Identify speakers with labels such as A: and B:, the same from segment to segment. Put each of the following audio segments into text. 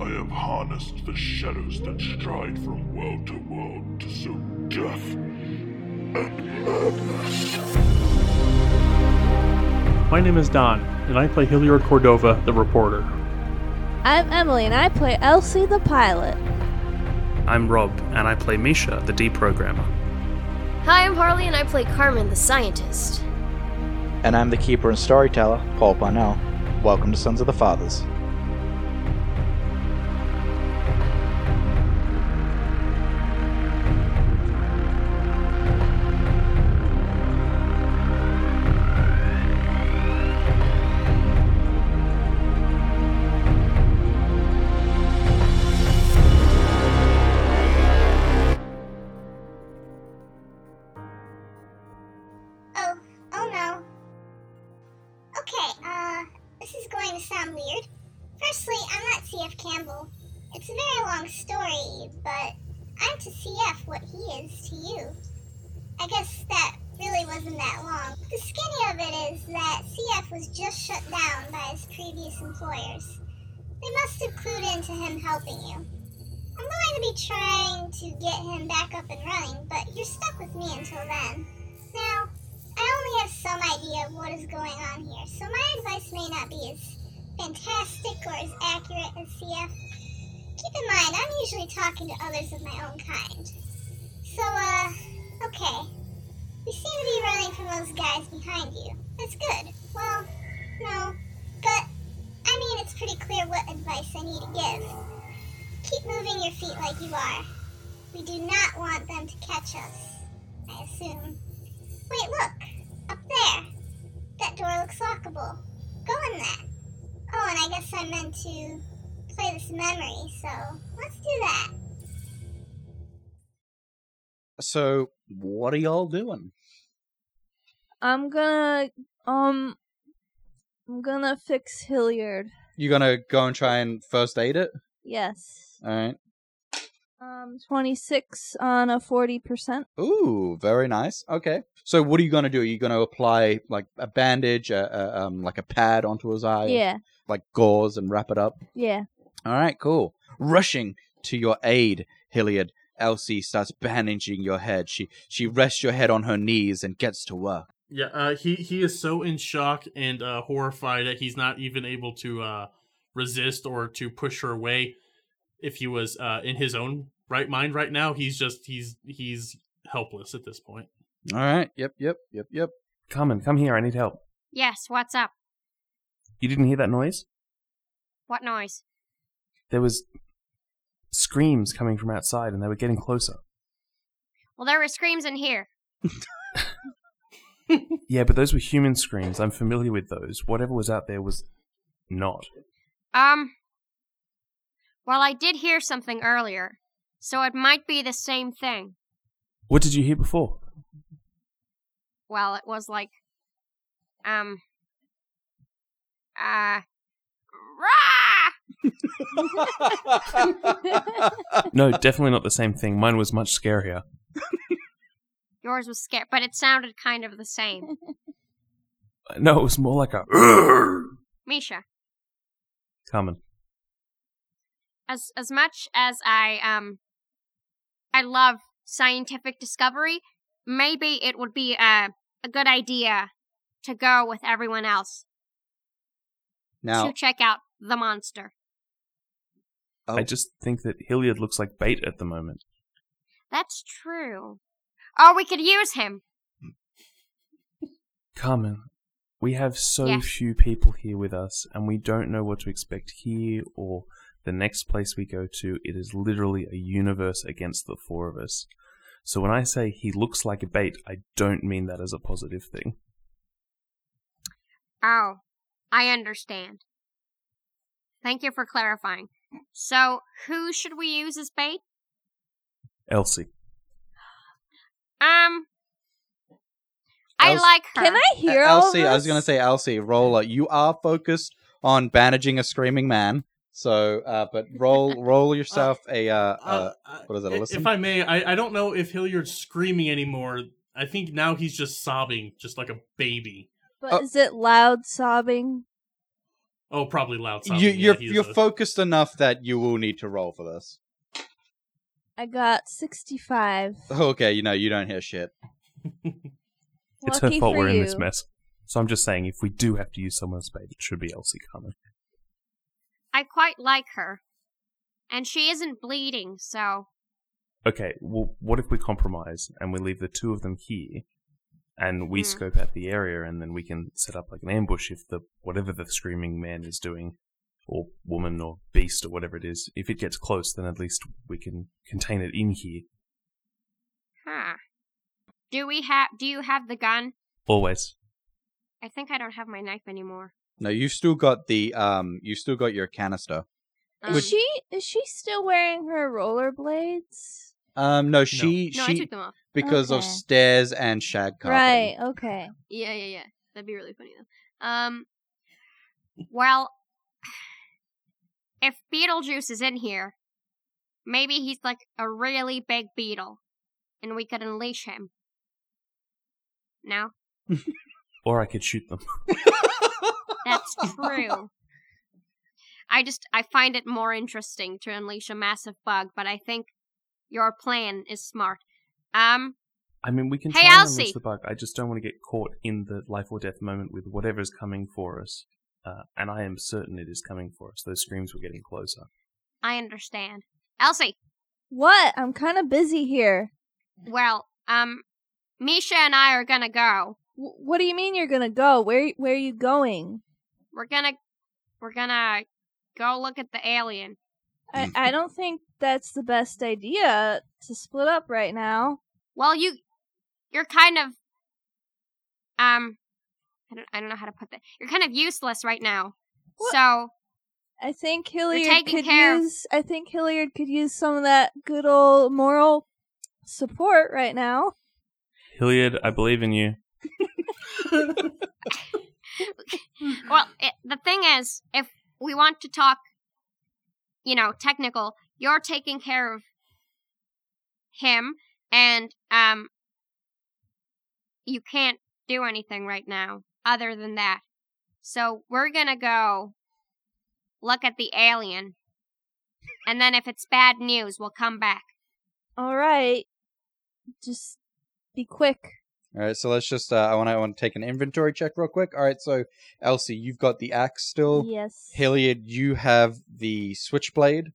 A: I have harnessed the shadows that stride from world to world to sow death and madness.
B: My name is Don, and I play Hilliard Cordova, the reporter.
C: I'm Emily, and I play Elsie the pilot.
D: I'm Rob, and I play Misha, the deprogrammer.
E: Hi, I'm Harley, and I play Carmen, the scientist.
F: And I'm the keeper and storyteller, Paul Parnell. Welcome to Sons of the Fathers.
G: Oh, oh no. Okay, uh, this is going to sound weird. Firstly, I'm not CF Campbell. It's a very long story, but I'm to CF what he is to you. I guess that really wasn't that long. The skinny of it is that CF was just shut down by his previous employers. They must have clued into him helping you. I'm going to be trying to get him back up and running, but you're stuck with me until then. Now, I only have some idea of what is going on here, so my advice may not be as fantastic or as accurate as CF. Keep in mind, I'm usually talking to others of my own kind. So, uh, okay. You seem to be running from those guys behind you. That's good. Well, no, but I mean, it's pretty clear what advice I need to give. Keep moving your feet like you are. We do not want them to catch us, I assume. Wait, look! Up there! That door looks lockable. Go in that. Oh, and I guess I meant to play this memory, so let's do that.
F: So, what are y'all doing?
C: I'm gonna um, I'm gonna fix Hilliard.
F: You gonna go and try and first aid it?
C: Yes.
F: Alright.
C: Um, 26 on a 40%.
F: Ooh, very nice. Okay. So, what are you gonna do? Are you gonna apply like a bandage, a, a, um, like a pad onto his
D: Oh,
F: eye?
C: Yeah,
F: Like gauze and wrap it up?
C: yeah.
F: All right, cool. Rushing to your aid, Hilliard. Elsie starts bandaging your head. She she rests your head on her knees and gets to work.
B: Yeah, uh, he he is so in shock and uh, horrified that he's not even able to uh, resist or to push her away. If he was uh, in his own right mind right now, he's just he's he's helpless at this point.
F: All right. Yep. Yep. Yep. Yep.
D: Carmen, come here, I need help.
E: Yes, what's up?
D: You didn't hear that noise?
E: What noise?
D: There was screams coming from outside, and they were getting closer.
E: Well, there were screams in here.
D: Yeah, but those were human screams. I'm familiar with those. Whatever was out there was not.
E: Um. Well, I did hear something earlier, so it might be the same thing.
D: What did you hear before?
E: Well, it was like. Um. Uh. Rah!
D: No, definitely not the same thing. Mine was much scarier.
E: Yours was scared, but it sounded kind of the same.
D: No, it was more like a.
E: Misha,
D: Carmen.
E: as as much as I um I love scientific discovery, maybe it would be a a good idea to go with everyone else
F: now,
E: to check out the monster.
F: oh,
D: I just think that Hilliard looks like bait at the moment.
E: That's true. Or we could use him.
D: Carmen, we have so
E: Yes.
D: few people here with us, and we don't know what to expect here or the next place we go to. It is literally a universe against the four of us. So when I say he looks like a bait, I don't mean that as a positive thing.
E: Oh, I understand. Thank you for clarifying. So, who should we use as bait?
D: Elsie.
E: Um, I
F: Else-
E: like her.
C: Can I
D: Uh,
C: hear all
F: Elsie.
C: of
F: I was gonna
C: this?
F: say Elsie. Roll. uh, You are focused on bandaging a screaming man. So, uh, but roll roll yourself a. Uh, uh, what is that, a
B: i-
F: listen?
B: If I may, I, I don't know if Hilliard's screaming anymore. I think now he's
D: uh,
B: just sobbing, just like a baby.
C: But
F: Oh.
C: is it loud sobbing?
B: Oh, probably loud.
F: You,
B: sounding. Yeah,
F: you're
B: he's
F: you're
B: a-
F: focused enough that you will need to roll for this.
C: I got 65.
F: Okay, you know you don't hear shit.
D: It's
C: Lucky
D: her fault
C: for
D: we're in this
C: you.
D: mess. So I'm just saying, if we do have to use someone's bait, it should be Elsie Carmen.
E: I quite like her. And she isn't bleeding, so.
D: Okay, well, what if we compromise and we leave the two of them here, and we
E: Hmm.
D: scope out the area, and then we can set up like an ambush if the whatever the screaming man is doing, or woman or beast or whatever it is, if it gets close, then at least we can contain it in here.
E: Huh. Do we have. Do you have the gun?
D: Always.
E: I think I don't have my knife anymore.
F: No, you've still got the um, you've still got your canister.
E: Um,
C: is she is she still wearing her rollerblades?
F: Um, no, she
E: no, I
F: she
E: took them off.
F: because of
C: Okay.
F: stairs and shag carpeting.
C: Right. Okay.
E: Yeah, yeah, yeah. That'd be really funny, though. Um. Well. If Beetlejuice is in here, maybe he's like a really big beetle, and we could unleash him. No?
D: Or I could shoot them.
E: That's true. I just I find it more interesting to unleash a massive bug, but I think your plan is smart. Um,
D: I mean, we can
E: Hey,
D: try and unleash
E: Elsie!
D: the bug. I just don't want to get caught in the life or death moment with whatever's coming for us. Uh, and I am certain it is coming for us. Those screams were getting closer.
E: I understand. Elsie,
C: What? I'm kind of busy here.
E: well, um, Misha and I are gonna go.
C: W- what do you mean you're gonna go? Where Where are you going?
E: We're gonna, we're gonna go look at the alien.
C: I I don't think that's the best idea to split up right now.
E: Well, you, you're kind of, um, I don't, I don't know how to put that. You're kind of useless right now.
C: What?
E: So
C: I think Hilliard
E: taking
C: could
E: care of-
C: use. I think Hilliard could use some of that good old moral support right now.
D: Hilliard, I believe in you.
E: Well, it, the thing is, if we want to talk, you know, technical, you're taking care of him, and um, you can't do anything right now other than that. So we're gonna go look at the alien, and then if it's bad news, we'll come back.
C: All right, just be quick.
F: All right, so let's just. Uh, I want to want to take an inventory check real quick. All right, so Elsie, you've got the axe still.
C: Yes.
F: Hilliard, you have the switchblade.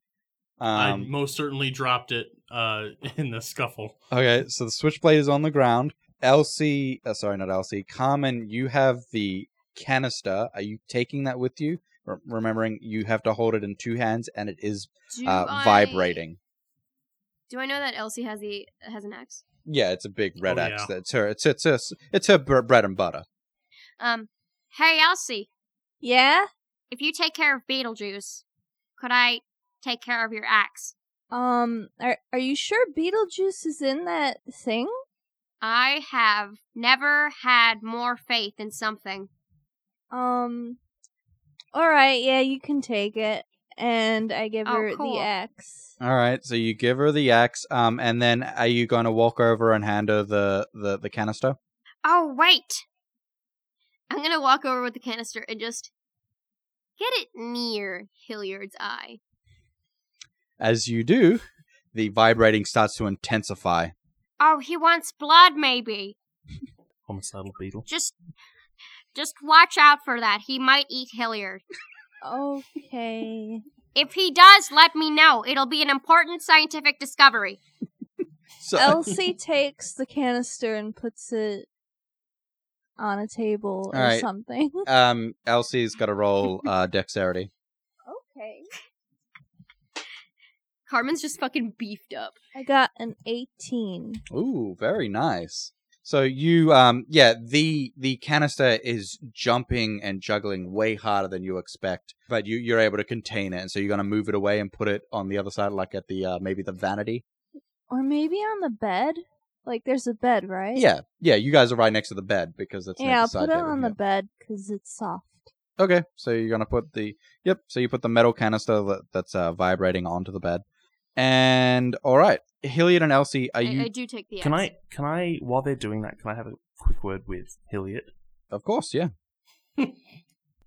B: I
F: Um,
B: most certainly dropped it uh, in the scuffle.
F: okay, so the switchblade is on the ground. Elsie, uh, sorry, not Elsie. Carmen, you have the canister. Are you taking that with you? R- remembering you have to hold it in two hands, and it is
E: Do
F: uh,
E: I-
F: vibrating.
E: Do I know that Elsie has the has an axe?
F: Yeah, it's a big red
B: Oh,
F: axe.
B: yeah.
F: That's her. It's it's her, it's her bre- bread and butter.
E: Um, hey Elsie,
C: Yeah.
E: if you take care of Beetlejuice, could I take care of your axe?
C: Um. Are Are you sure Beetlejuice is in that thing?
E: I have never had more faith in something.
C: Um. All right. Yeah, you can take it, and I give
E: Oh,
C: her
E: cool.
C: the axe.
F: All right, so you give her the axe, um, and then are you going to walk over and hand her the the, the canister?
E: Oh, wait! I'm gonna walk over with the canister and just get it near Hilliard's eye.
F: As you do, the vibrating starts to intensify.
E: Oh, he wants blood, maybe.
D: Homicidal beetle.
E: Just. Just watch out for that. He might eat Hilliard.
C: Okay.
E: If he does, let me know. It'll be an important scientific discovery.
F: So,
C: Elsie takes the canister and puts it on a table
F: All
C: or
F: right.
C: something.
F: um, Elsie's got to roll uh, dexterity.
C: Okay.
E: Carmen's just fucking beefed up.
C: I got an 18.
F: Ooh, very nice. So you, um, yeah, the the canister is jumping and juggling way harder than you expect, but you you're able to contain it, and so you're going to move it away and put it on the other side, like at the uh, maybe the vanity.
C: Or maybe on the bed? Like, there's a bed, right?
F: Yeah, yeah, you guys are right next to the bed because that's next
C: Yeah, I'll
F: to
C: put it
F: side table
C: on
F: here.
C: the bed because it's soft.
F: Okay, so you're gonna put the yep. So you put the metal canister that, that's uh, vibrating onto the bed, and all right, Hilliard and Elsie, are
E: I,
F: you?
E: I do take the axe.
D: Can I? Can I? While they're doing that, can I have a quick word with Hilliard?
F: Of course, yeah.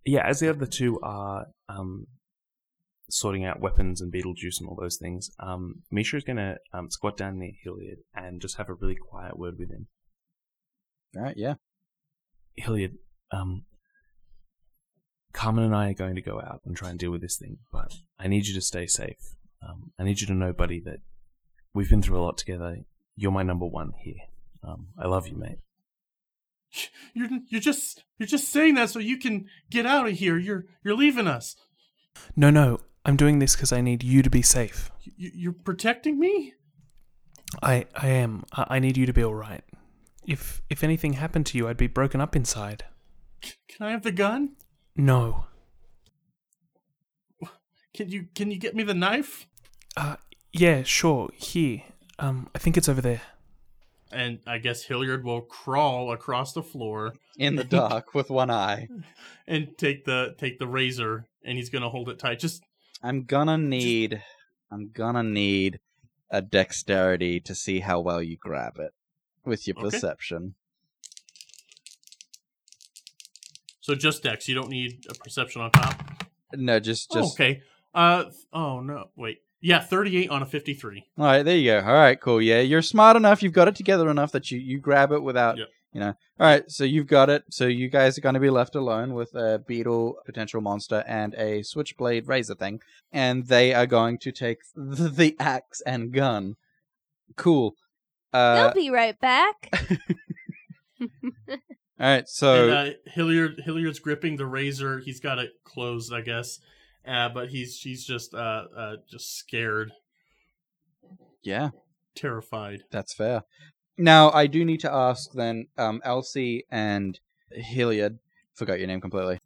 D: yeah, as the other two are um, sorting out weapons and Beetlejuice and all those things, um, Misha is going to um, squat down near Hilliard and just have a really quiet word with him.
F: All right, yeah.
D: Hilliard, um, Carmen and I are going to go out and try and deal with this thing, but I need you to stay safe. Um, I need you to know, buddy, that we've been through a lot together. You're my number one here. Um, I love you, mate.
B: You're you're just you're just saying that so you can get out of here. You're you're leaving us.
D: No, no, I'm doing this because I need you to be safe.
B: You, you're protecting me.
H: I I am. I, I need you to be all right. If if anything happened to you, I'd be broken up inside.
B: Can I have the gun?
H: No.
B: Can you can you get me the knife?
H: Uh yeah, sure. Here. Um I think it's over there.
B: And I guess Hilliard will crawl across the floor
F: In the dark with one eye.
B: and take the take the razor and he's gonna hold it tight. Just
F: I'm gonna need. I'm gonna need a dexterity to see how well you grab it with your
B: Okay.
F: perception.
B: so just Dex. You don't need a perception on top.
F: No, just
B: Oh,
F: just.
B: okay. Uh oh no wait yeah thirty eight on a fifty three.
F: All right, there you go. All right, cool. Yeah, you're smart enough. You've got it together enough that you you grab it without.
B: Yep.
F: You know. All right, so you've got it. So you guys are going to be left alone with a beetle, potential monster, and a switchblade razor thing, and they are going to take the, the axe and gun. Cool. Uh,
C: They'll be right back.
F: all right, so
B: and, uh, Hilliard Hilliard's gripping the razor. He's got it closed, I guess. Uh, but he's she's just uh, uh just scared,
F: yeah.
B: terrified.
F: That's fair. Now, I do need to ask then, um, Elsie and Hilliard, forgot your name completely.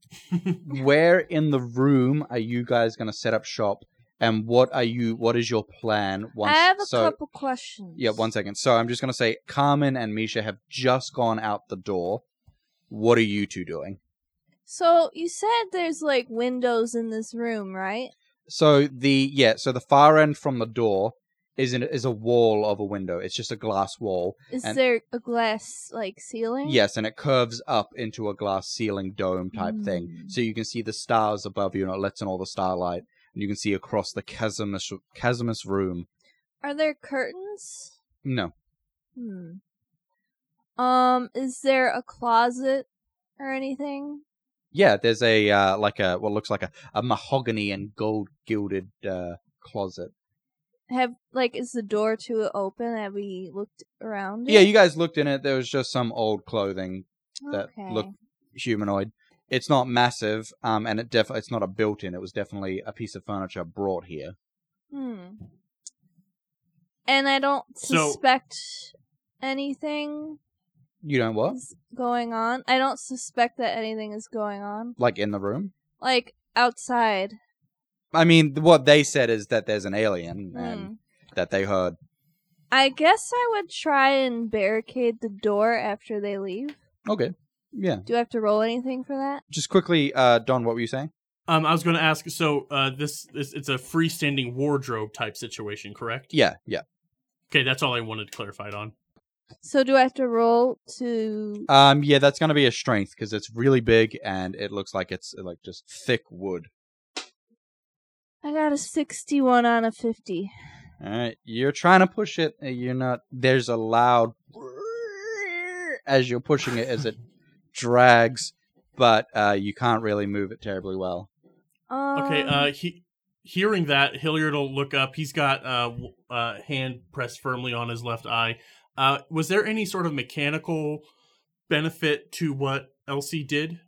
F: Where in the room are you guys going to set up shop, and what are you? What is your plan?
C: I have a
F: so,
C: couple questions.
F: Yeah, one second. So I'm just going to say, Carmen and Misha have just gone out the door. What are you two doing?
C: So you said there's like windows in this room, right?
F: So the yeah, so the far end from the door is an, is a wall of a window. It's just a glass wall,
C: Is
F: And-
C: there a glass like ceiling?
F: Yes, and it curves up into a glass ceiling dome type thing.
C: Mm.
F: So you can see the stars above you and it lets in all the starlight. And you can see across the Casimus, Casimus room.
C: Are there curtains?
F: No.
C: Hmm. Um, is there a closet or anything?
F: Yeah, there's a, uh, like a, what looks like a, a mahogany and gold gilded uh, closet.
C: Have like is the door to it open? Have we looked around?
F: Yeah,
C: it?
F: you guys looked in it. There was just some old clothing, that
C: okay.
F: look- humanoid. It's not massive, um, and it def- it's not a built in. It was definitely a piece of furniture brought here.
C: Hmm. And I don't
B: So-
C: suspect anything
F: You know what?
C: is going on. I don't suspect that anything is going on.
F: Like in the room?
C: Like outside.
F: I mean, what they said is that there's an alien
C: Hmm.
F: and
B: Mm.
F: that they heard.
C: I guess I would try and barricade the door after they leave.
F: Okay. Yeah.
C: Do I have to roll anything for that?
F: Just quickly, uh, Don, what were you saying?
B: Um, I was going to ask. So uh, this is it's a freestanding wardrobe type situation, correct?
F: Yeah, yeah.
B: Okay, that's all I wanted clarified on.
C: So do I have to roll to
F: Um, yeah, that's gonna be a strength because it's really big and it looks like it's uh, like just thick wood.
C: I got a 61 on a 50.
F: All right, you're trying to push it. and You're not. There's a loud as you're pushing it as it drags, but uh, you can't really move it terribly well.
C: Um,
B: Okay. Uh, he hearing that Hilliard will look up. He's got uh, w- uh hand pressed firmly on his left eye. Uh, was there any sort of mechanical benefit to what Elsie did?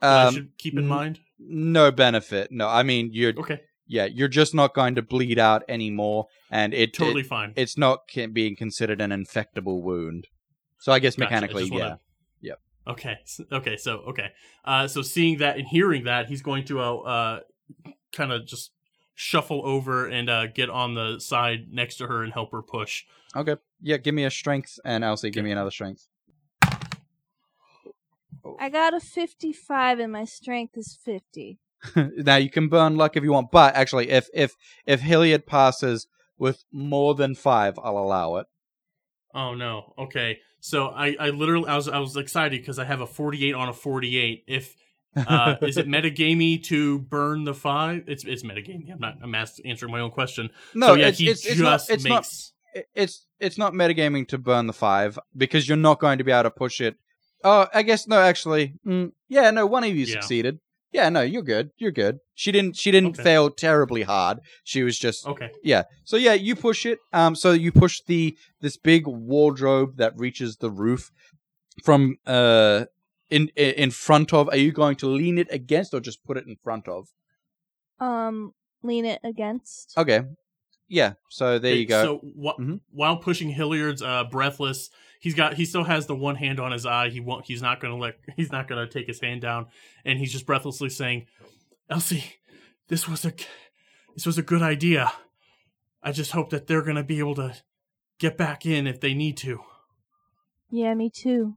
B: that I
F: Um,
B: should keep in
F: n-
B: mind.
F: no benefit. No, I mean you're.
B: Okay,
F: Yeah, you're just not going to bleed out anymore, and it it-
B: totally fine.
F: it's not ca- being considered an infectable wound. So I guess
B: Gotcha. I
F: mechanically,
B: just
F: yeah.
B: wanna-
F: Yep.
B: Okay. s- Okay. So okay. Uh, so seeing that and hearing that, he's going to uh, uh kind of just shuffle over and uh get on the side next to her and help her push.
F: Okay. Yeah, give me a strength, and Elsie, give me another strength.
B: uh,
C: I got a 55 and my strength is 50.
F: now you can burn luck if you want, but actually, if if if Hilliard passes with more than five, I'll allow it.
B: Oh no. Okay. So I I literally I was I was excited because I have a 48 on a 48. If Uh, is it metagamey to burn the five? It's it's metagamey. I'm not. I'm asked, answering my own question.
F: No,
B: so yeah,
F: it's,
B: he
F: it's, it's
B: just
F: not, it's
B: makes.
F: not it- it's it's not metagaming to burn the five because you're not going to be able to push it. Oh, I guess no, actually, mm, yeah, no, one of you
B: Yeah.
F: succeeded. Yeah, no, you're good. You're good. She didn't. She didn't
B: Okay.
F: fail terribly hard. She was just
B: Okay.
F: yeah. So yeah, you push it. Um, so you push the this big wardrobe that reaches the roof from uh in i- in front of. Are you going to lean it against or just put it in front of?
C: Um, lean it against.
F: Okay. Yeah. So there
B: Okay,
F: you go.
B: So wh-
F: Mhm.
B: while pushing Hilliard's uh, breathless, he's got he still has the one hand on his eye. He won't. He's not going to let. He's not going to take his hand down, and he's just breathlessly saying, "Elsie, this was a this was a good idea. I just hope that they're going to be able to get back in if they need to."
C: Yeah, me too.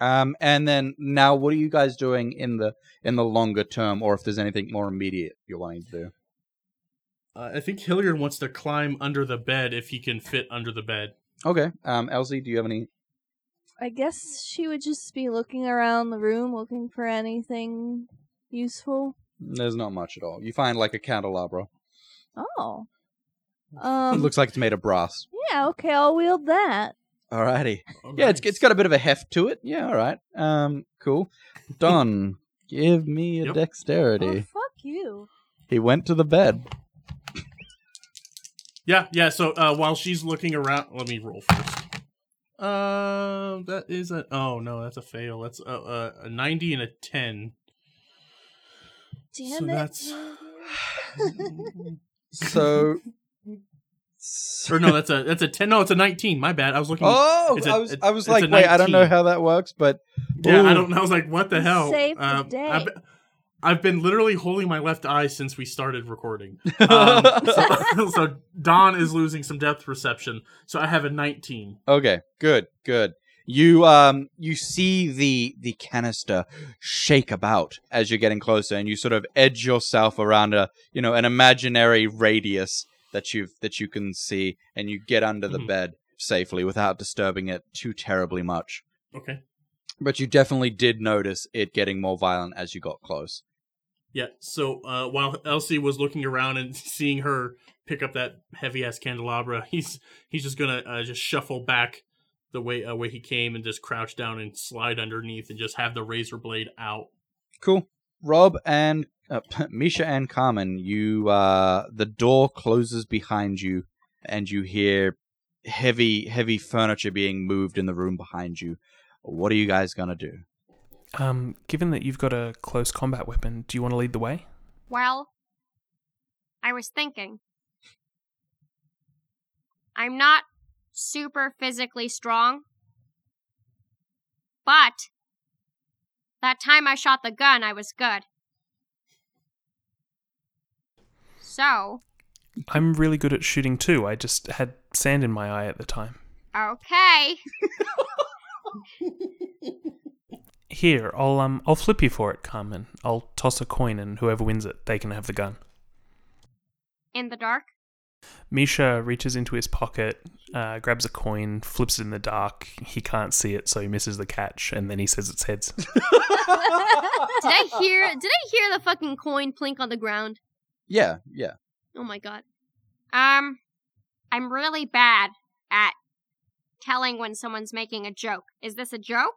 F: Um, and then now, what are you guys doing in the in the longer term, or if there's anything more immediate you're wanting to do?
B: Uh, I think Hilliard wants to climb under the bed if he can fit under the bed.
F: Okay, um, Elsie, do you have any?
C: I guess she would just be looking around the room looking for anything useful.
F: There's not much at all. You find like a candelabra.
C: Oh.
F: It
C: Um,
F: looks like it's made of brass.
C: yeah, okay, I'll wield that.
F: Alrighty. Yeah, it's it's got a bit of a heft to it. Yeah, all right. Um, cool. Don, give me a
B: Yep.
C: Oh,
F: dexterity.
C: fuck you.
F: He went to the bed.
B: Yeah, yeah. So uh, while she's looking around, let me roll first. Um, that is a oh no, that's a fail. That's a, a, a ninety and a ten.
C: Damn
B: So
C: it.
B: that's-
F: So.
B: Or no, that's a that's a ten. No, it's a nineteen. My bad. I was looking.
F: oh,
B: it's a-
F: I was
B: it's-
F: I was
B: it's a
F: like, wait, I don't know
B: 19.
F: how that works, but
B: yeah,
F: ooh.
B: I don't. I was like, what the
C: You
B: hell?
C: saved the
B: Um,
C: day.
B: I've, I've been literally holding my left eye since we started recording. Um, so, so Don is losing some depth perception. So I have a nineteen.
F: Okay, good, good. You um you see the the canister shake about as you're getting closer and you sort of edge yourself around a you know an imaginary radius that you've that you can see and you get under the
B: Mhm.
F: bed safely without disturbing it too terribly much.
B: Okay.
F: But you definitely did notice it getting more violent as you got close.
B: Yeah. So uh, while Elsie was looking around and seeing her pick up that heavy ass candelabra, he's he's just gonna uh, just shuffle back the way uh, way he came and just crouch down and slide underneath and just have the razor blade out.
F: Cool. Rob and uh, Misha and Carmen, you uh, the door closes behind you, and you hear heavy, heavy furniture being moved in the room behind you. What are you guys gonna do?
H: Um, given that you've got a close combat weapon, do you want to lead the way?
E: Well, I was thinking. I'm not super physically strong, but that time I shot the gun, I was good. So,
H: I'm really good at shooting too. I just had sand in my eye at the time.
E: okay.
H: Here, I'll um, I'll flip you for it, Carmen. I'll toss a coin, and whoever wins it, they can have the gun.
E: In the dark.
H: Misha reaches into his pocket, uh, grabs a coin, flips it in the dark. He can't see it, so he misses the catch, and then he says it's heads.
E: Did I hear did I hear the fucking coin plink on the ground?
F: Yeah, yeah.
E: Oh my god. Um, I'm really bad at telling when someone's making a joke. Is this a joke?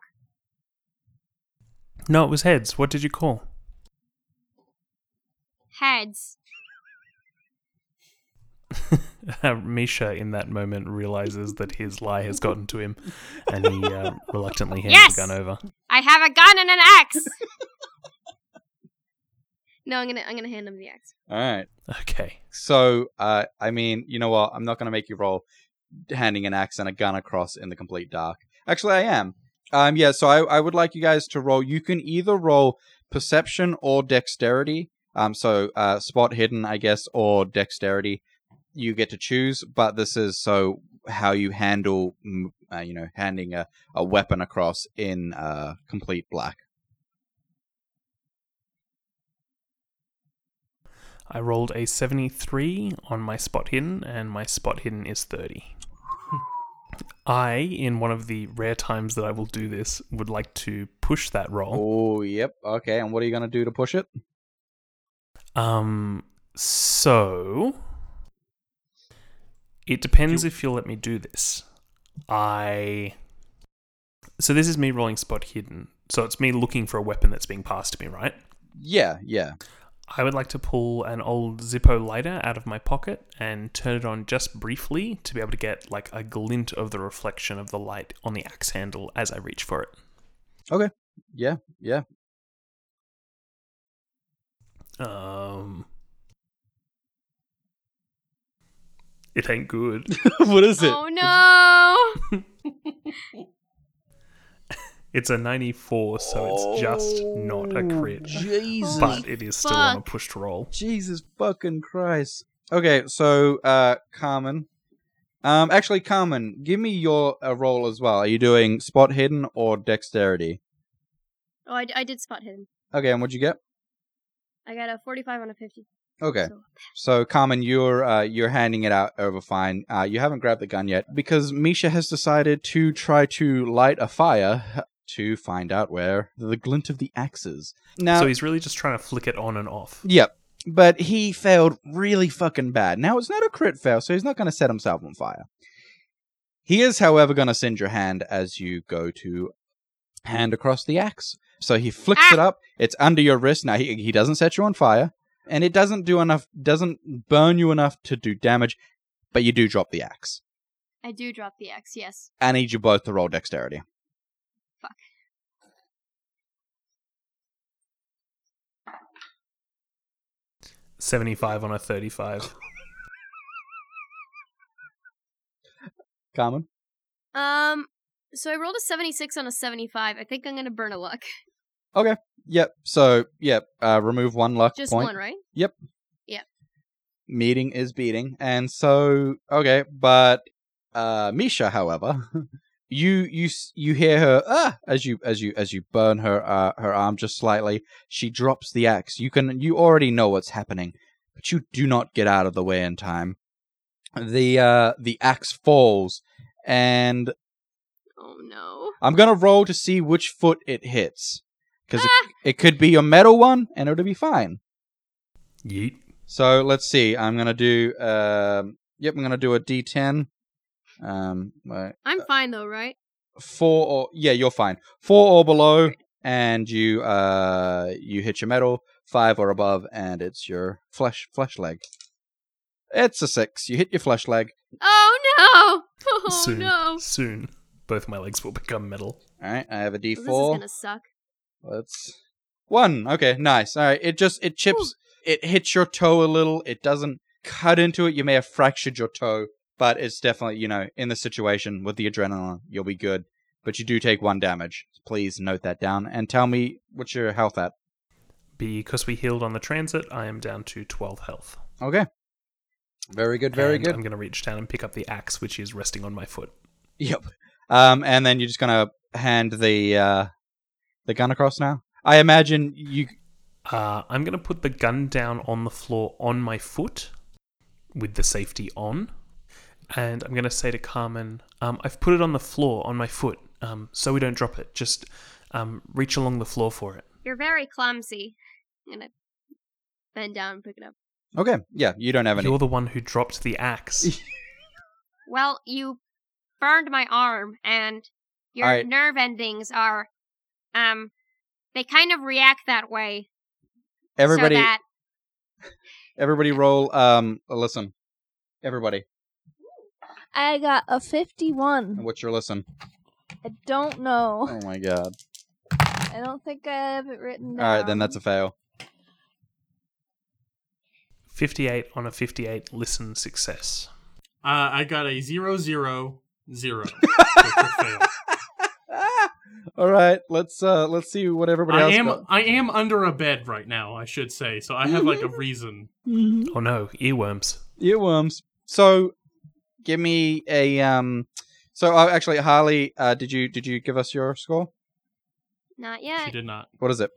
H: no, it was heads. What did you call?
E: Heads.
H: Uh, Misha, in that moment, realizes that his lie has gotten to him, and he uh, reluctantly hands
E: Yes!
H: the gun over.
E: I have a gun and an axe. no, I'm gonna I'm gonna hand him the axe.
F: All right.
H: Okay.
F: So, uh, I mean, you know what? I'm not gonna make you roll handing an axe and a gun across in the complete dark. Actually, I am. Um, yeah. So I, I would like you guys to roll. You can either roll perception or dexterity. Um, so uh, spot hidden, I guess, or dexterity. You get to choose, but this is so how you handle, mm, uh, you know, handing a, a weapon across in uh, complete black.
H: I rolled a 73 on my spot hidden, and my spot hidden is 30. I, in one of the rare times that I will do this, would like to push that roll.
F: Oh, yep. Okay, and what are you gonna do to push it?
H: Um, so it depends if you'll let me do this. I so this is me rolling spot hidden. So it's me looking for a weapon that's being passed to me, right?
F: Yeah, yeah.
H: I would like to pull an old Zippo lighter out of my pocket and turn it on just briefly to be able to get like a glint of the reflection of the light on the axe handle as I reach for it.
F: Okay. Yeah, yeah.
H: Um, it ain't good.
F: what is it?
E: Oh no!
H: It's a 94, so it's just not a crit.
F: Jesus.
H: But it is still on a
E: Oh, fuck.
H: pushed roll.
F: Jesus fucking Christ. Okay, so uh Carmen. Um actually Carmen, give me your uh, roll as well. Are you doing spot hidden or dexterity?
E: Oh, I, I did spot hidden.
F: Okay, and what'd you get?
E: I got a 45 on a 50.
F: Okay.
E: So-
F: So Carmen, you're uh you're handing it out over fine. Uh you haven't grabbed the gun yet because Misha has decided to try to light a fire to find out where the glint of the axe is. Now
H: so he's really just trying to flick it on and off.
F: Yep. But he failed really fucking bad. Now, it's not a crit fail, so he's not going to set himself on fire. He is, however, going to send your hand as you go to hand across the axe. So he flicks it
E: Ah!
F: up. It's under your wrist. Now, he, he doesn't set you on fire, and it doesn't do enough, doesn't burn you enough to do damage, but you do drop the axe.
E: I do drop the X, yes.
F: I need you both to roll dexterity.
H: Seventy-five on a thirty-five.
F: Carmen?
E: Um, so I rolled a 76 on a 75. I think I'm gonna burn a luck.
F: Yep. So, yep. Uh, remove one luck
E: Just
F: point.
E: one, right?
F: meeting is beating and so okay but uh misha however you you s- you hear her ah as you as you as you burn her uh, her arm just slightly she drops the axe you can you already know what's happening but you do not get out of the way in time the uh the axe falls and
E: Oh no.
F: i'm gonna roll to see which foot it hits because
E: Ah!
F: it, it could be your metal one and it'll be fine
H: Yeet.
F: so let's see. I'm gonna do. Um, yep, I'm gonna do a D10. Um, uh,
E: I'm fine though, right?
F: four or yeah, you're fine. Four or below, and you uh you hit your metal. Five or above, and it's your flesh flesh leg. It's a six. You hit your flesh leg.
E: Oh no! Oh
H: soon,
E: no!
H: soon, both my legs will become metal.
F: All right, I have a
E: Well, this is
F: D4.
E: gonna suck.
F: Let's one. Okay, nice. All right, it just it chips. It hits your toe a little. It doesn't cut into it. You may have fractured your toe, but it's definitely you know in the situation with the adrenaline, you'll be good. But you do take one damage. Please note that down and tell me what's your health at.
H: Because we healed on the transit, I am down to twelve health.
F: Okay. Very good. Very
H: And
F: good.
H: I'm going to reach down and pick up the axe, which is resting on my foot.
F: Yep. Um, and then you're just gonna hand the uh, the gun across now. I imagine you.
H: Uh, I'm going to put the gun down on the floor on my foot with the safety on. And I'm going to say to Carmen, um, I've put it on the floor on my foot um, so we don't drop it. Just um, reach along the floor for it.
E: You're very clumsy. I'm gonna bend down and pick it up.
F: Okay. Yeah. You don't have any.
H: You're the one who dropped the axe.
E: Well, you burned my arm, and your
F: Alright.
E: nerve endings are, um, they kind of react that way.
F: Everybody.
E: So that
F: Everybody roll. Um, listen. Everybody,
C: I got a
F: and
B: Mm-hmm.
C: 51.
F: what's your listen?
C: I don't know.
F: Oh my god!
C: I don't think I have it written
F: Oh. All
C: down.
F: right, then that's a fail.
H: 58 on a 58 listen success.
B: Uh, I got a zero zero zero. That's a fail.
F: All right, Ah! let's uh let's see what everybody
B: I
F: else.
B: am
F: got.
B: I am under a bed right now, I should say, so I have like a reason.
H: Oh no, earworms.
F: Earworms. So, give me a um. So uh, actually, Harley, uh, did you did you give us your score?
E: not
B: She
E: yet.
B: did not.
F: What is it?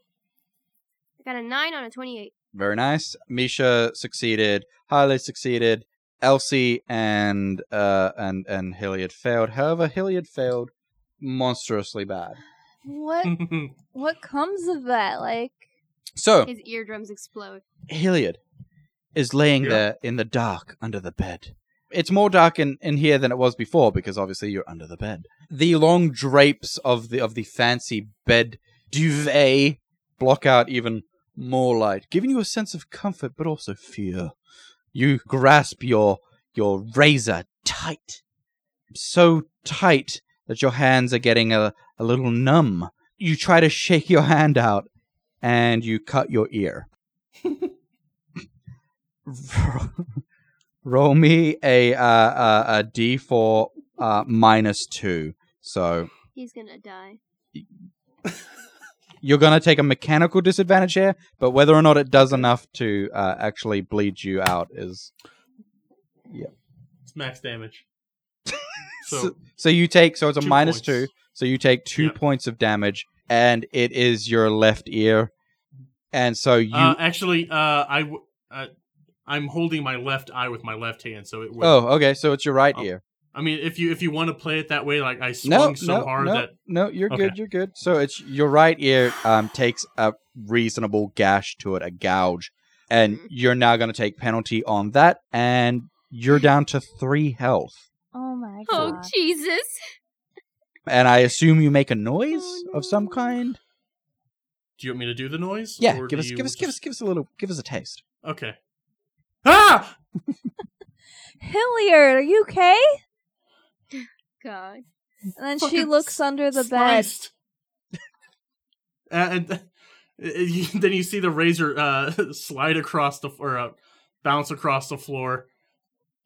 E: I got a nine on a twenty-eight.
F: Very nice. Misha succeeded. Harley succeeded, Elsie and uh, and and Hilliard failed. However, Hilliard failed monstrously bad.
C: What
B: Hmm.
C: what comes of that? Like
F: So
E: His eardrums explode.
F: Hilliard is laying
B: Yeah.
F: there in the dark under the bed. It's more dark in, in here than it was before because obviously you're under the bed. The long drapes of the of the fancy bed duvet block out even more light, giving you a sense of comfort but also fear. You grasp your your razor tight, so tight that your hands are getting a, a little numb. You try to shake your hand out, and you cut your ear. Roll me a uh, uh, a d four uh, minus two. So
E: He's gonna die.
F: you're gonna take a mechanical disadvantage here, but whether or not it does enough to uh, actually bleed you out is
B: It's max damage.
F: so,
B: So
F: so, you take so it's a
B: two
F: minus two.
B: points.
F: So you take two
B: Yeah.
F: points of damage, and it is your left ear, and so you
B: uh, actually, uh, I w- uh, I'm holding my left eye with my left hand, so it would.
F: oh okay, so it's your right
B: Oh,
F: ear.
B: I mean, if you if you want to play it that way, like I
F: no,
B: swung so
F: no,
B: hard
F: no,
B: that
F: no, you're
B: Okay.
F: good, you're good. So it's your right ear um takes a reasonable gash to it, a gouge, and you're now going to take penalty on that, and you're down to three health.
C: oh my
E: Oh
C: god.
E: Jesus!
F: And I assume you make a noise
E: Oh,
F: of some
E: no.
F: kind.
B: do you want me to do the noise?
F: Yeah,
B: or
F: give
B: do
F: us,
B: you
F: give us, give us,
B: just-
F: give us a little, give us a taste.
B: Okay. Ah!
C: Hilliard, are you okay?
E: God.
C: And then she
B: Fucking
C: looks under the bed.
B: Sliced. Uh, and uh, you, then you see the razor uh, slide across the f- or uh, bounce across the floor.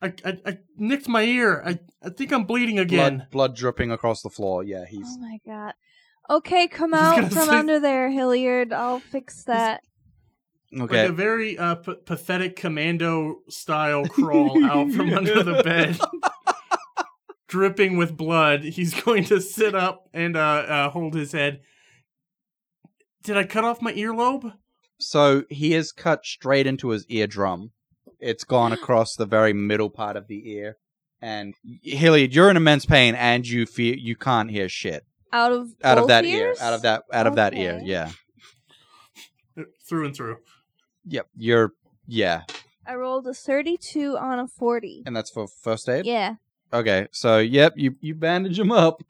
B: I, I, I nicked my ear. I, I think I'm bleeding again.
F: Blood, blood dripping across the floor. Yeah,
C: Oh
F: he's
C: my god. Okay, come
B: I was
C: out
B: gonna
C: from
B: say-
C: under there, Hilliard. I'll fix that.
F: okay.
B: Like a very uh, p- pathetic commando style crawl out from under the bed, dripping with blood. He's going to sit up and uh, uh, hold his head. Did I cut off my earlobe?
F: So he is cut straight into his eardrum. It's gone across the very middle part of the ear. And Hilliard, you're in immense pain, and you feel you can't hear shit
C: Out of
F: out
C: both
F: of that
C: ears?
F: ear, out of that, out of that ear.
C: Okay.
F: Yeah,
B: Uh, Through and through.
F: yep. You're yeah,
C: I rolled a thirty-two on a forty.
F: and that's for first aid.
C: Yeah.
F: Okay, so yep, you you bandage him up,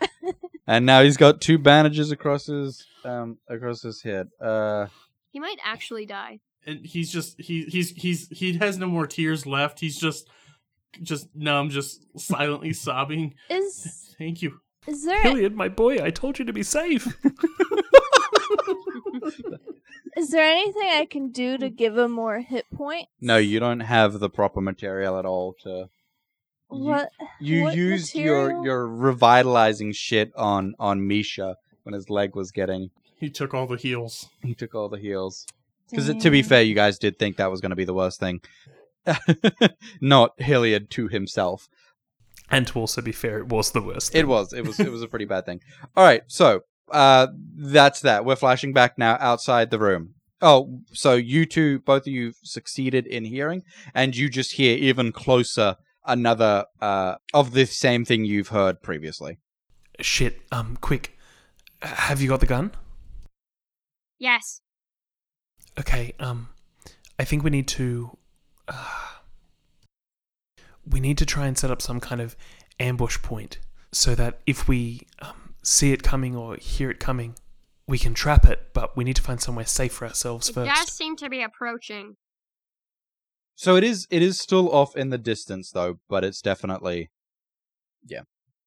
F: and now he's got two bandages across his um across his head. Uh,
E: He might actually die.
B: and he's just he he's he's he has no more tears left. He's just just numb, just silently sobbing.
C: Is
B: Thank you.
C: is there is
H: Hilliard, my boy, I told you to be safe.
C: there anything I can do to give him more hit points?
F: no, you don't have the proper material at all to. you-
C: What?
F: You
C: What
F: used your
C: material?
F: your revitalizing shit on on Misha when his leg was getting
B: He took all the heals.
F: he took all the heals. Because to be
C: Damn.
F: fair, you guys did think that was going to be the worst thing. Not Hilliard to himself.
H: and to also be fair, it was the worst.
F: It was. It was. It was a pretty bad thing. All right. So uh, that's that. We're flashing back now outside the room. Oh, so you two, both of you, succeeded in hearing, and you just hear even closer another uh, of the same thing you've heard previously.
H: Shit, um, quick. Uh, Have you got the gun?
E: Yes.
H: Okay, um, I think we need to. Uh, we need to try and set up some kind of ambush point so that if we um, see it coming or hear it coming, we can trap it, but we need to find somewhere safe for ourselves
E: It
H: first.
E: does seem to be approaching.
F: So it is. It is still off in the distance though, but it's definitely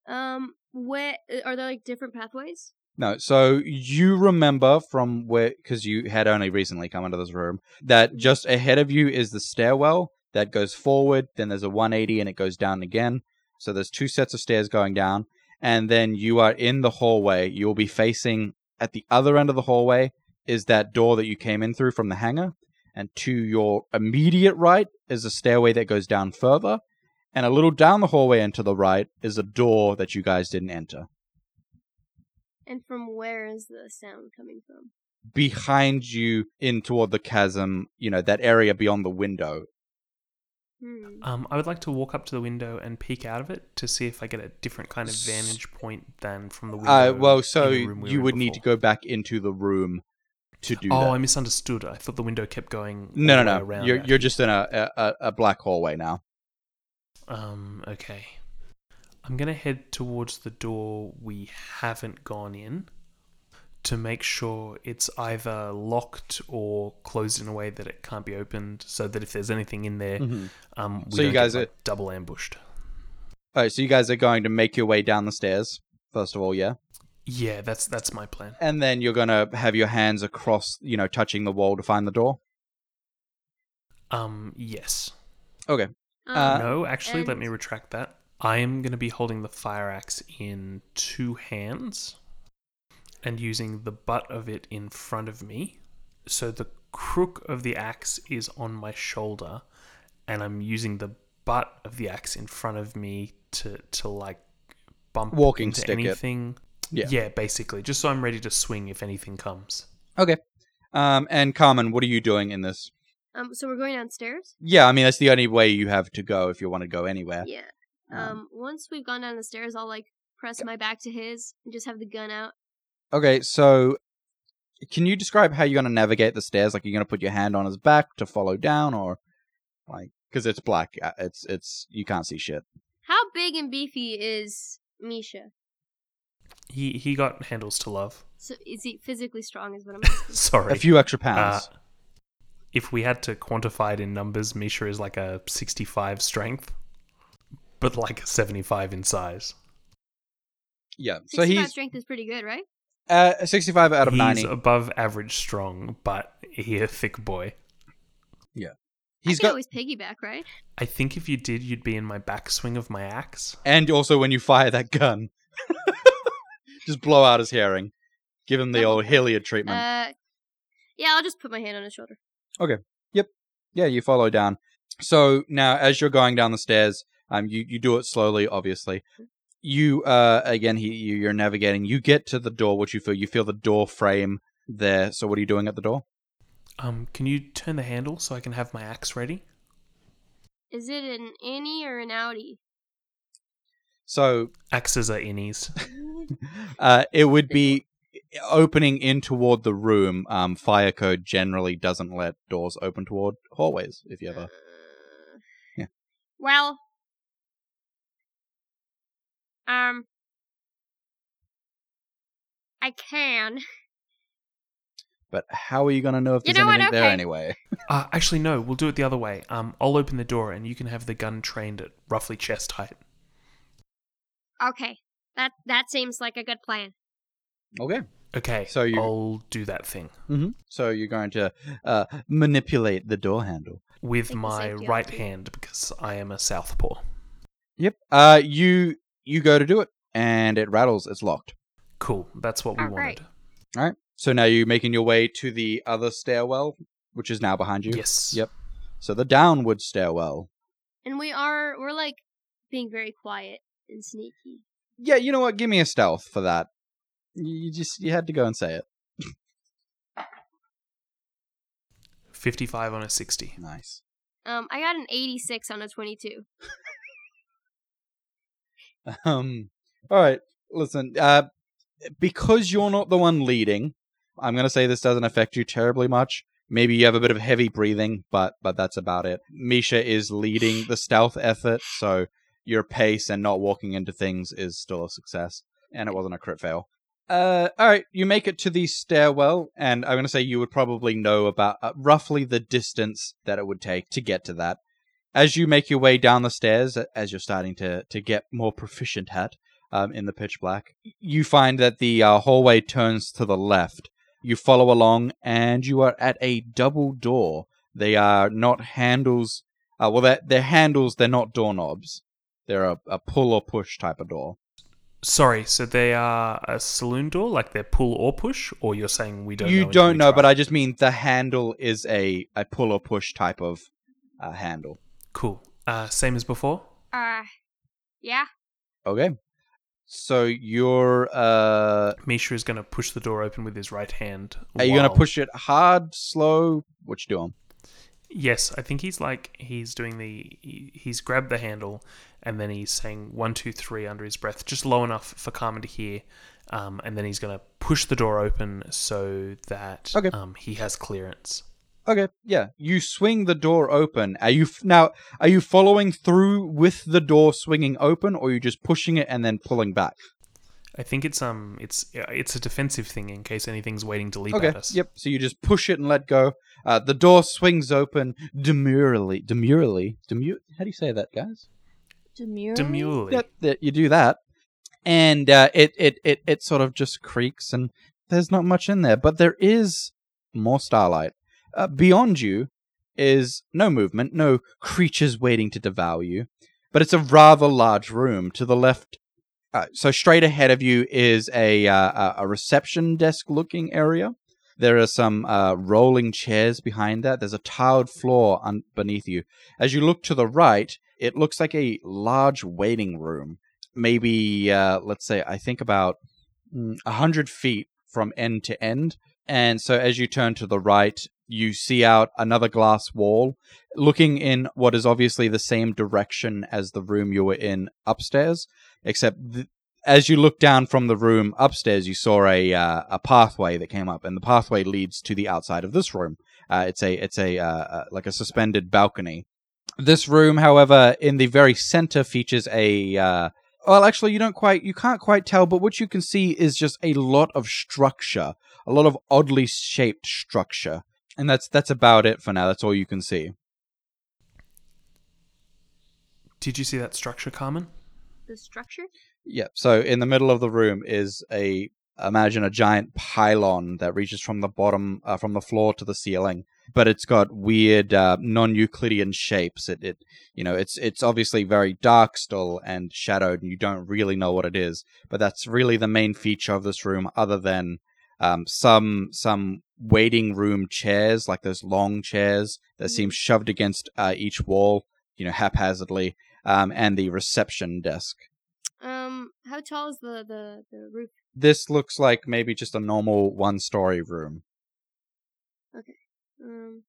E: Um, where are there like different pathways?
F: No, so you remember from where, because you had only recently come into this room, that just ahead of you is the stairwell that goes forward, then there's a 180 and it goes down again. So there's two sets of stairs going down, and then you are in the hallway. You'll be facing at the other end of the hallway is that door that you came in through from the hangar, and to your immediate right is a stairway that goes down further, and a little down the hallway and to the right is a door that you guys didn't enter.
E: And from where is the sound coming from?
F: behind you in toward the chasm, you know, that area beyond the window.
E: Hmm.
H: Um, I would like to walk up to the window and peek out of it to see if I get a different kind of vantage point than from the window.
F: Uh, well, so
H: in the room we
F: you
H: were in
F: would need to
H: before.
F: go back into the room to do
H: Oh,
F: that.
H: I misunderstood. I thought the window kept going.
F: no,
H: all
F: no,
H: the
F: no.
H: way around,
F: You're,
H: actually.
F: you're just in a, a, a black hallway now.
H: Um, okay. I'm going to head towards the door we haven't gone in to make sure it's either locked or closed in a way that it can't be opened so that if there's anything in there, um, we
F: Mm. So
H: don't
F: you guys
H: get,
F: are-
H: like, double ambushed.
F: All right, so you guys are going to make your way down the stairs, first of all, yeah?
H: Yeah, that's that's my plan.
F: And then you're going to have your hands across, you know, touching the wall to find the door.
H: Um, yes.
F: Okay.
E: Um,
F: Uh,
H: no, actually, let
E: and-
H: me retract that. I am going to be holding the fire axe in two hands and using the butt of it in front of me. So the crook of the axe is on my shoulder, and I'm using the butt of the axe in front of me to, to like bump
F: Walking
H: into
F: stick it.
H: anything.
F: Yeah.
H: yeah, basically, just so I'm ready to swing if anything comes.
F: Okay. Um, and Carmen, what are you doing in this?
E: um, so we're going downstairs.
F: Yeah, I mean, that's the only way you have to go if you want to go anywhere.
E: Yeah.
F: Um,
E: Um, once we've gone down the stairs, I'll like press my back to his and just have the gun out.
F: Okay, so can you describe how you're going to navigate the stairs? Like, you're going to put your hand on his back to follow down, or like, because it's black, uh, it's it's you can't see shit.
E: How big and beefy is Misha?
H: He he got handles to love.
E: So is he physically strong? Is what I'm asking.
H: Sorry.
F: A few extra
H: Uh,
F: pounds.
H: if we had to quantify it in numbers, Misha is like a 65 strength, but like a 75 in size.
F: yeah, so
E: 65
F: he's
E: strength is pretty good, right?
F: uh, 65 out of
H: He's
F: 90.
H: above average strong, but he a thick boy.
F: He's
E: I can
F: got,
E: always piggyback, right?
H: I think if you did, you'd be in my backswing of my axe.
F: and also when you fire that gun, just blow out his hearing, give him the old Hilliard treatment.
E: Uh, yeah, I'll just put my hand on his shoulder.
F: Yeah, you follow down. So now, as you're going down the stairs, um, you you do it slowly, obviously. You uh, again, he, you, you're navigating. You get to the door, which you feel you feel the door frame there. So what are you doing at the door?
H: Um, can you turn the handle so I can have my axe ready?
E: Is it an innie or an outie?
F: So
H: Axes are innies.
F: uh, it would be opening in toward the room. Um, fire code generally doesn't let doors open toward hallways. If you ever,
E: Uh,
F: Yeah.
E: Well, um, I can.
F: but how are you going to know if
E: You
F: there's
E: know what?
F: anything there
E: Okay.
F: anyway?
H: uh, actually, no, we'll do it the other way. Um, I'll open the door and you can have the gun trained at roughly chest height.
E: Okay, that that seems like a good plan.
F: Okay.
H: Okay,
F: So you-
H: I'll do that thing.
F: hmm So you're going to uh, manipulate the door handle.
H: with
E: Like the
H: my
E: safety
H: right
E: option.
H: hand because I am a southpaw.
F: Yep. Uh, you you go to do it, and it rattles. It's locked.
H: Cool, that's what we
E: All right.
H: wanted.
F: All right. So now you're making your way to the other stairwell, which is now behind you.
H: Yes.
F: Yep. So the downward stairwell.
E: And we are we're like being very quiet and sneaky.
F: Yeah. You know what? Give me a stealth for that. You just you had to go and say it.
H: Fifty-five on a sixty.
F: Nice.
E: Um, I got an 86 on a 22.
F: Um. All right. Listen. Uh, because you're not the one leading, I'm gonna say this doesn't affect you terribly much. Maybe you have a bit of heavy breathing, but but that's about it. Misha is leading the stealth effort, so your pace and not walking into things is still a success. And it wasn't a crit fail. Uh, all right, you make it to the stairwell, and I'm gonna say you would probably know about uh, roughly the distance that it would take to get to that. As you make your way down the stairs, as you're starting to to get more proficient at um, in the pitch black, you find that the uh, hallway turns to the left. You follow along, and you are at a double door. They are not handles. Uh, well, they're, they're handles. They're not doorknobs. They're a, a pull or push type of door.
H: Sorry, so they are a saloon door, like they're pull or push, or you're saying we don't.
F: you
H: know until
F: don't
H: we
F: know,
H: try?
F: but I just mean the handle is a, a pull or push type of uh, handle.
H: Cool. Uh, same as before.
E: Uh, yeah.
F: Okay. So you're uh,
H: Misha is going to push the door open with his right hand.
F: are you gonna
H: while-
F: push it hard, slow? What you doing?
H: Yes, I think he's like he's doing the he, he's grabbed the handle and then he's saying one two three under his breath, just low enough for Carmen to hear, um, and then he's gonna push the door open so that
F: Okay.
H: um, he has clearance.
F: Okay, yeah. You swing the door open. Are you f- now? Are you following through with the door swinging open, or are you just pushing it and then pulling back?
H: I think it's um it's it's a defensive thing in case anything's waiting to leap
F: okay.
H: at us.
F: Yep. So you just push it and let go. Uh, the door swings open demurely, demurely, demur. How do you say that, guys?
C: Demure.
H: Demurely.
F: Yep. That you do that, and uh, it it it it sort of just creaks, and there's not much in there, but there is more starlight. Uh, beyond you is no movement, no creatures waiting to devour you, but it's a rather large room. To the left, uh, so straight ahead of you is a uh, a- a reception desk looking area. There are some uh, rolling chairs behind that. There's a tiled floor un- beneath you. As you look to the right, it looks like a large waiting room. Maybe, uh, let's say, I think about mm, a 100 feet from end to end. And so as you turn to the right, you see out another glass wall looking in what is obviously the same direction as the room you were in upstairs, except th- as you look down from the room upstairs, you saw a uh, a pathway that came up, and the pathway leads to the outside of this room. Uh, it's a it's a uh, uh, like a suspended balcony. This room, however, in the very center features a uh, well, actually, you don't quite you can't quite tell, but what you can see is just a lot of structure, a lot of oddly shaped structure, and that's that's about it for now. That's all you can see.
H: Did you see that structure, Carmen?
E: The structure?
F: Yeah. So in the middle of the room is a imagine a giant pylon that reaches from the bottom uh, from the floor to the ceiling, but it's got weird uh, non-Euclidean shapes. It, it you know it's it's obviously very dark still and shadowed, and you don't really know what it is. But that's really the main feature of this room, other than um, some some waiting room chairs like those long chairs that seem shoved against uh, each wall, you know, haphazardly, um, and the reception desk.
E: Um, how tall is the, the, the roof?
F: this looks like maybe just a normal one story room.
E: Um,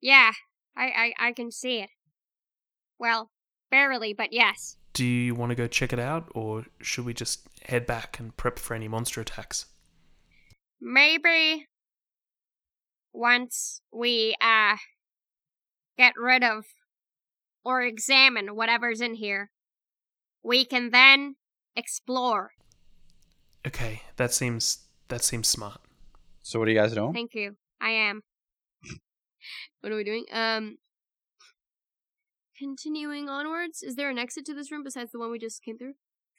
E: yeah, I, I, I can see it. Well, barely, but yes.
H: Do you want to go check it out, or should we just head back and prep for any monster attacks?
E: Maybe once we, uh, get rid of or examine whatever's in here, we can then explore.
H: Okay, that seems that seems smart.
F: So what are you guys doing?
E: Thank you. I am. what are we doing? Um, continuing onwards. Is there an exit to this room besides the one we just came through?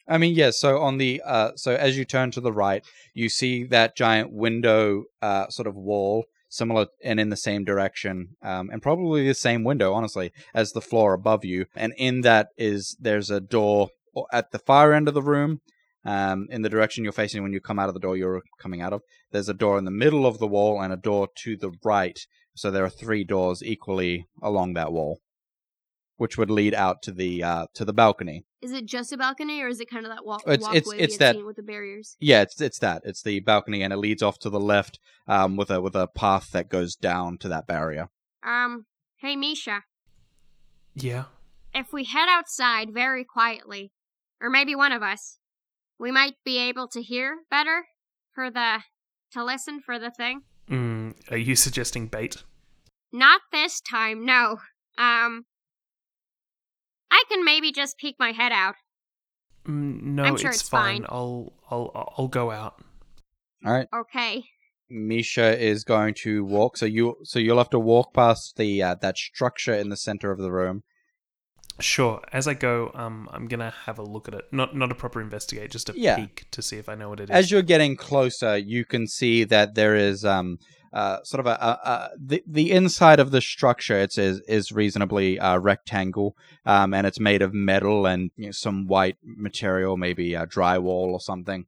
F: I mean, yeah. So on the uh, so as you turn to the right, you see that giant window uh, sort of wall, similar and in the same direction, um, and probably the same window, honestly, as the floor above you. And in that is there's a door o- at the far end of the room. Um, in the direction you're facing when you come out of the door you're coming out of, there's a door in the middle of the wall and a door to the right. So there are three doors equally along that wall, which would lead out to the uh, to the balcony.
E: Is it just a balcony, or is it kind of that walk-
F: It's-
E: walkway
F: it's-
E: we
F: it's
E: had
F: that-
E: seen with the barriers?
F: Yeah, it's it's that. It's the balcony, and it leads off to the left um, with a with a path that goes down to that barrier.
E: Um, hey Misha,
H: Yeah.
E: if we head outside very quietly, or maybe one of us, we might be able to hear better for the to listen for the thing.
H: Mm, are you suggesting bait?
E: Not this time, no. Um, I can maybe just peek my head out.
H: Mm, no,
E: I'm sure it's fine.
H: I'll I'll I'll go out.
F: All right,
E: Okay.
F: Misha is going to walk. So you so you'll have to walk past the uh, that structure in the center of the room.
H: Sure. As I go, um, I'm gonna have a look at it. Not not a proper investigate, just a
F: Yeah.
H: peek to see if I know what it is.
F: As you're getting closer, you can see that there is um uh sort of a, a, a the the inside of the structure. It's is is reasonably uh, rectangle, um, and it's made of metal and you know, some white material, maybe uh, drywall or something.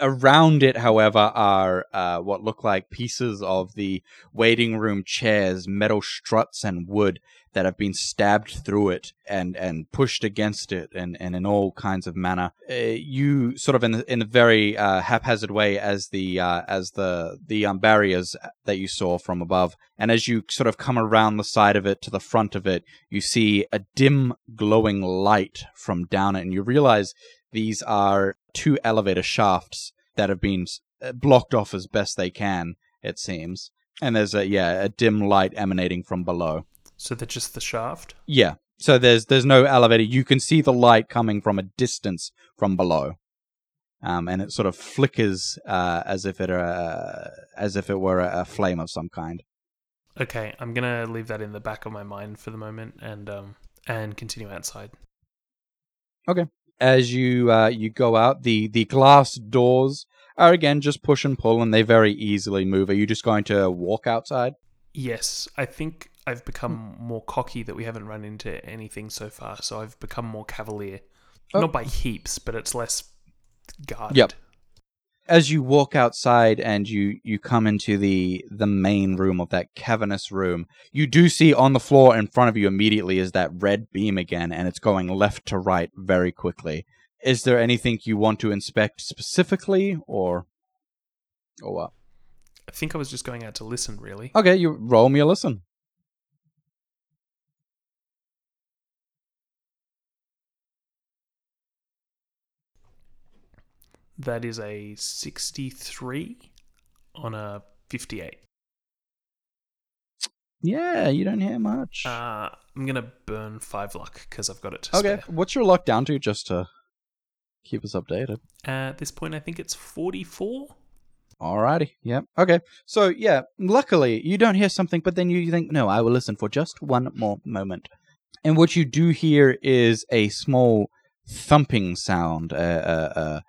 F: Around it, however, are uh, what look like pieces of the waiting room chairs, metal struts, and wood that have been stabbed through it and, and pushed against it and, and in all kinds of manner. Uh, you sort of in the, in a very uh, haphazard way as the uh, as the the um, barriers that you saw from above, and as you sort of come around the side of it to the front of it, you see a dim glowing light from down it, and you realize these are two elevator shafts that have been s- uh, blocked off as best they can. It seems. And there's a yeah, a dim light emanating from below.
H: So they're just the shaft.
F: Yeah. So there's there's no elevator. You can see the light coming from a distance from below, um, and it sort of flickers uh, as if it uh, as if it were a, a flame of some kind.
H: Okay, I'm gonna leave that in the back of my mind for the moment and um and continue outside.
F: As you uh, you go out, the the glass doors are again just push and pull, and they very easily move. Are you just going to walk outside?
H: Yes, I think I've become
F: Hmm.
H: more cocky that we haven't run into anything so far, so I've become more cavalier.
F: Oh.
H: Not by heaps, but it's less guarded.
F: Yep. as you walk outside and you you come into the the main room of that cavernous room you do see on the floor in front of you immediately is that red beam again and it's going left to right very quickly is there anything you want to inspect specifically or or what
H: I think I was just going out to listen, really.
F: okay you roll me a listen
H: That is a 63 on a 58.
F: yeah you don't hear much
H: Uh, I'm going to burn five luck because I've got it to
F: okay what's your luck down to just to keep us updated
H: spare. At this point, I think it's 44.
F: Alrighty. Yep. Okay. So yeah, luckily you don't hear something, but then you think, no, I will listen for just one more moment. And what you do hear is a small thumping sound, uh, uh, uh,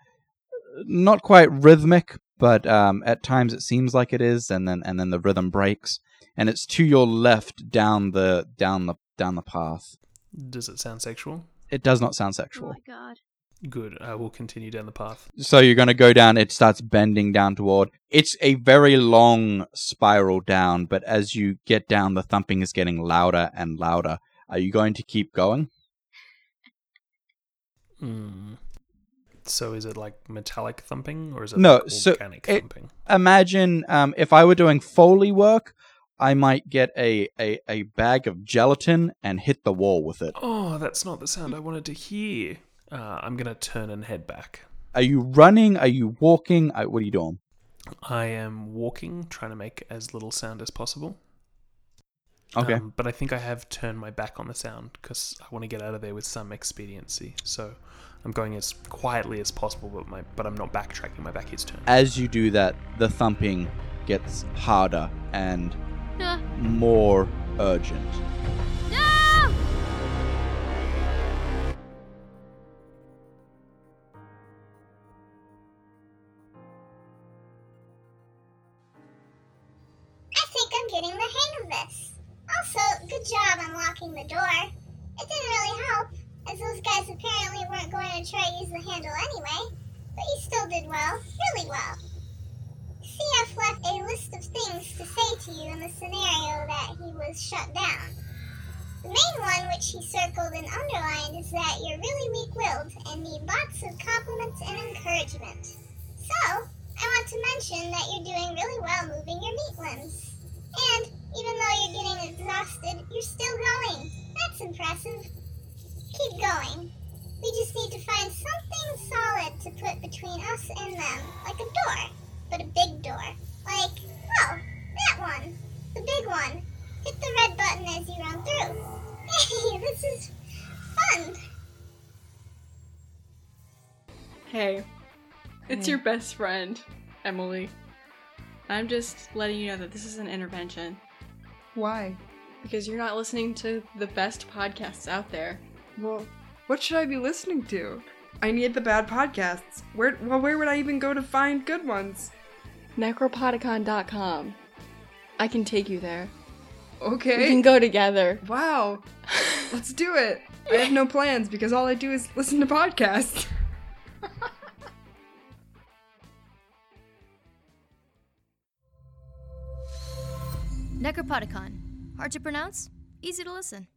F: not quite rhythmic, but um, at times it seems like it is, and then and then the rhythm breaks, and it's to your left down the down the down the path.
H: Does it sound sexual?
F: It does not sound
E: Oh
F: sexual.
E: my god.
H: Good. I will continue down the path.
F: so you're going to go down it starts bending down toward it's a very long spiral down but as you get down the thumping is getting louder and louder are you going to keep going Hmm.
H: Mm. So is it like metallic thumping or is it
F: No,
H: like
F: so
H: organic
F: it-
H: thumping?
F: imagine um, if i were doing foley work i might get a, a, a bag of gelatin and hit the wall with it
H: Oh, that's not the sound I wanted to hear. Uh, I'm going to turn and head back.
F: are you running are you walking I, what are you doing
H: I am walking, trying to make as little sound as possible.
F: okay
H: Um, but I think I have turned my back on the sound because I want to get out of there with some expediency. So I'm going as quietly as possible, but my but I'm not backtracking. My back is turned.
F: as you do that the thumping gets harder and
E: No!
F: more urgent
E: No!
G: I think I'm getting the hang of this. Also, good job unlocking the door. It didn't really help, as those guys apparently weren't going to try to use the handle anyway, but you still did well, really well. CF left a list of things to say to you in the scenario that he was shut down. The main one, which he circled and underlined, is that you're really weak willed and need lots of compliments and encouragement. So, I want to mention that you're doing really well moving your meat limbs. And even though you're getting exhausted, you're still going. That's impressive. Keep going. We just need to find something solid to put between us and them, like a door, but a big door. Like, oh, that one, the big one. Hit the red button as you run through. Hey, this is fun.
I: Hey, it's your best friend, Emily. I'm just letting you know that this is an intervention
J: Why?
I: because you're not listening to the best podcasts out there.
J: Well, what should I be listening to? I need the bad podcasts. Where well where would I even go to find good ones?
I: Necropodicon.com. I can take you there. We
J: Okay.
I: can go together.
J: wow. Let's do it. I have no plans because all I do is listen to podcasts.
K: Necropodicon. Hard to pronounce, easy to listen.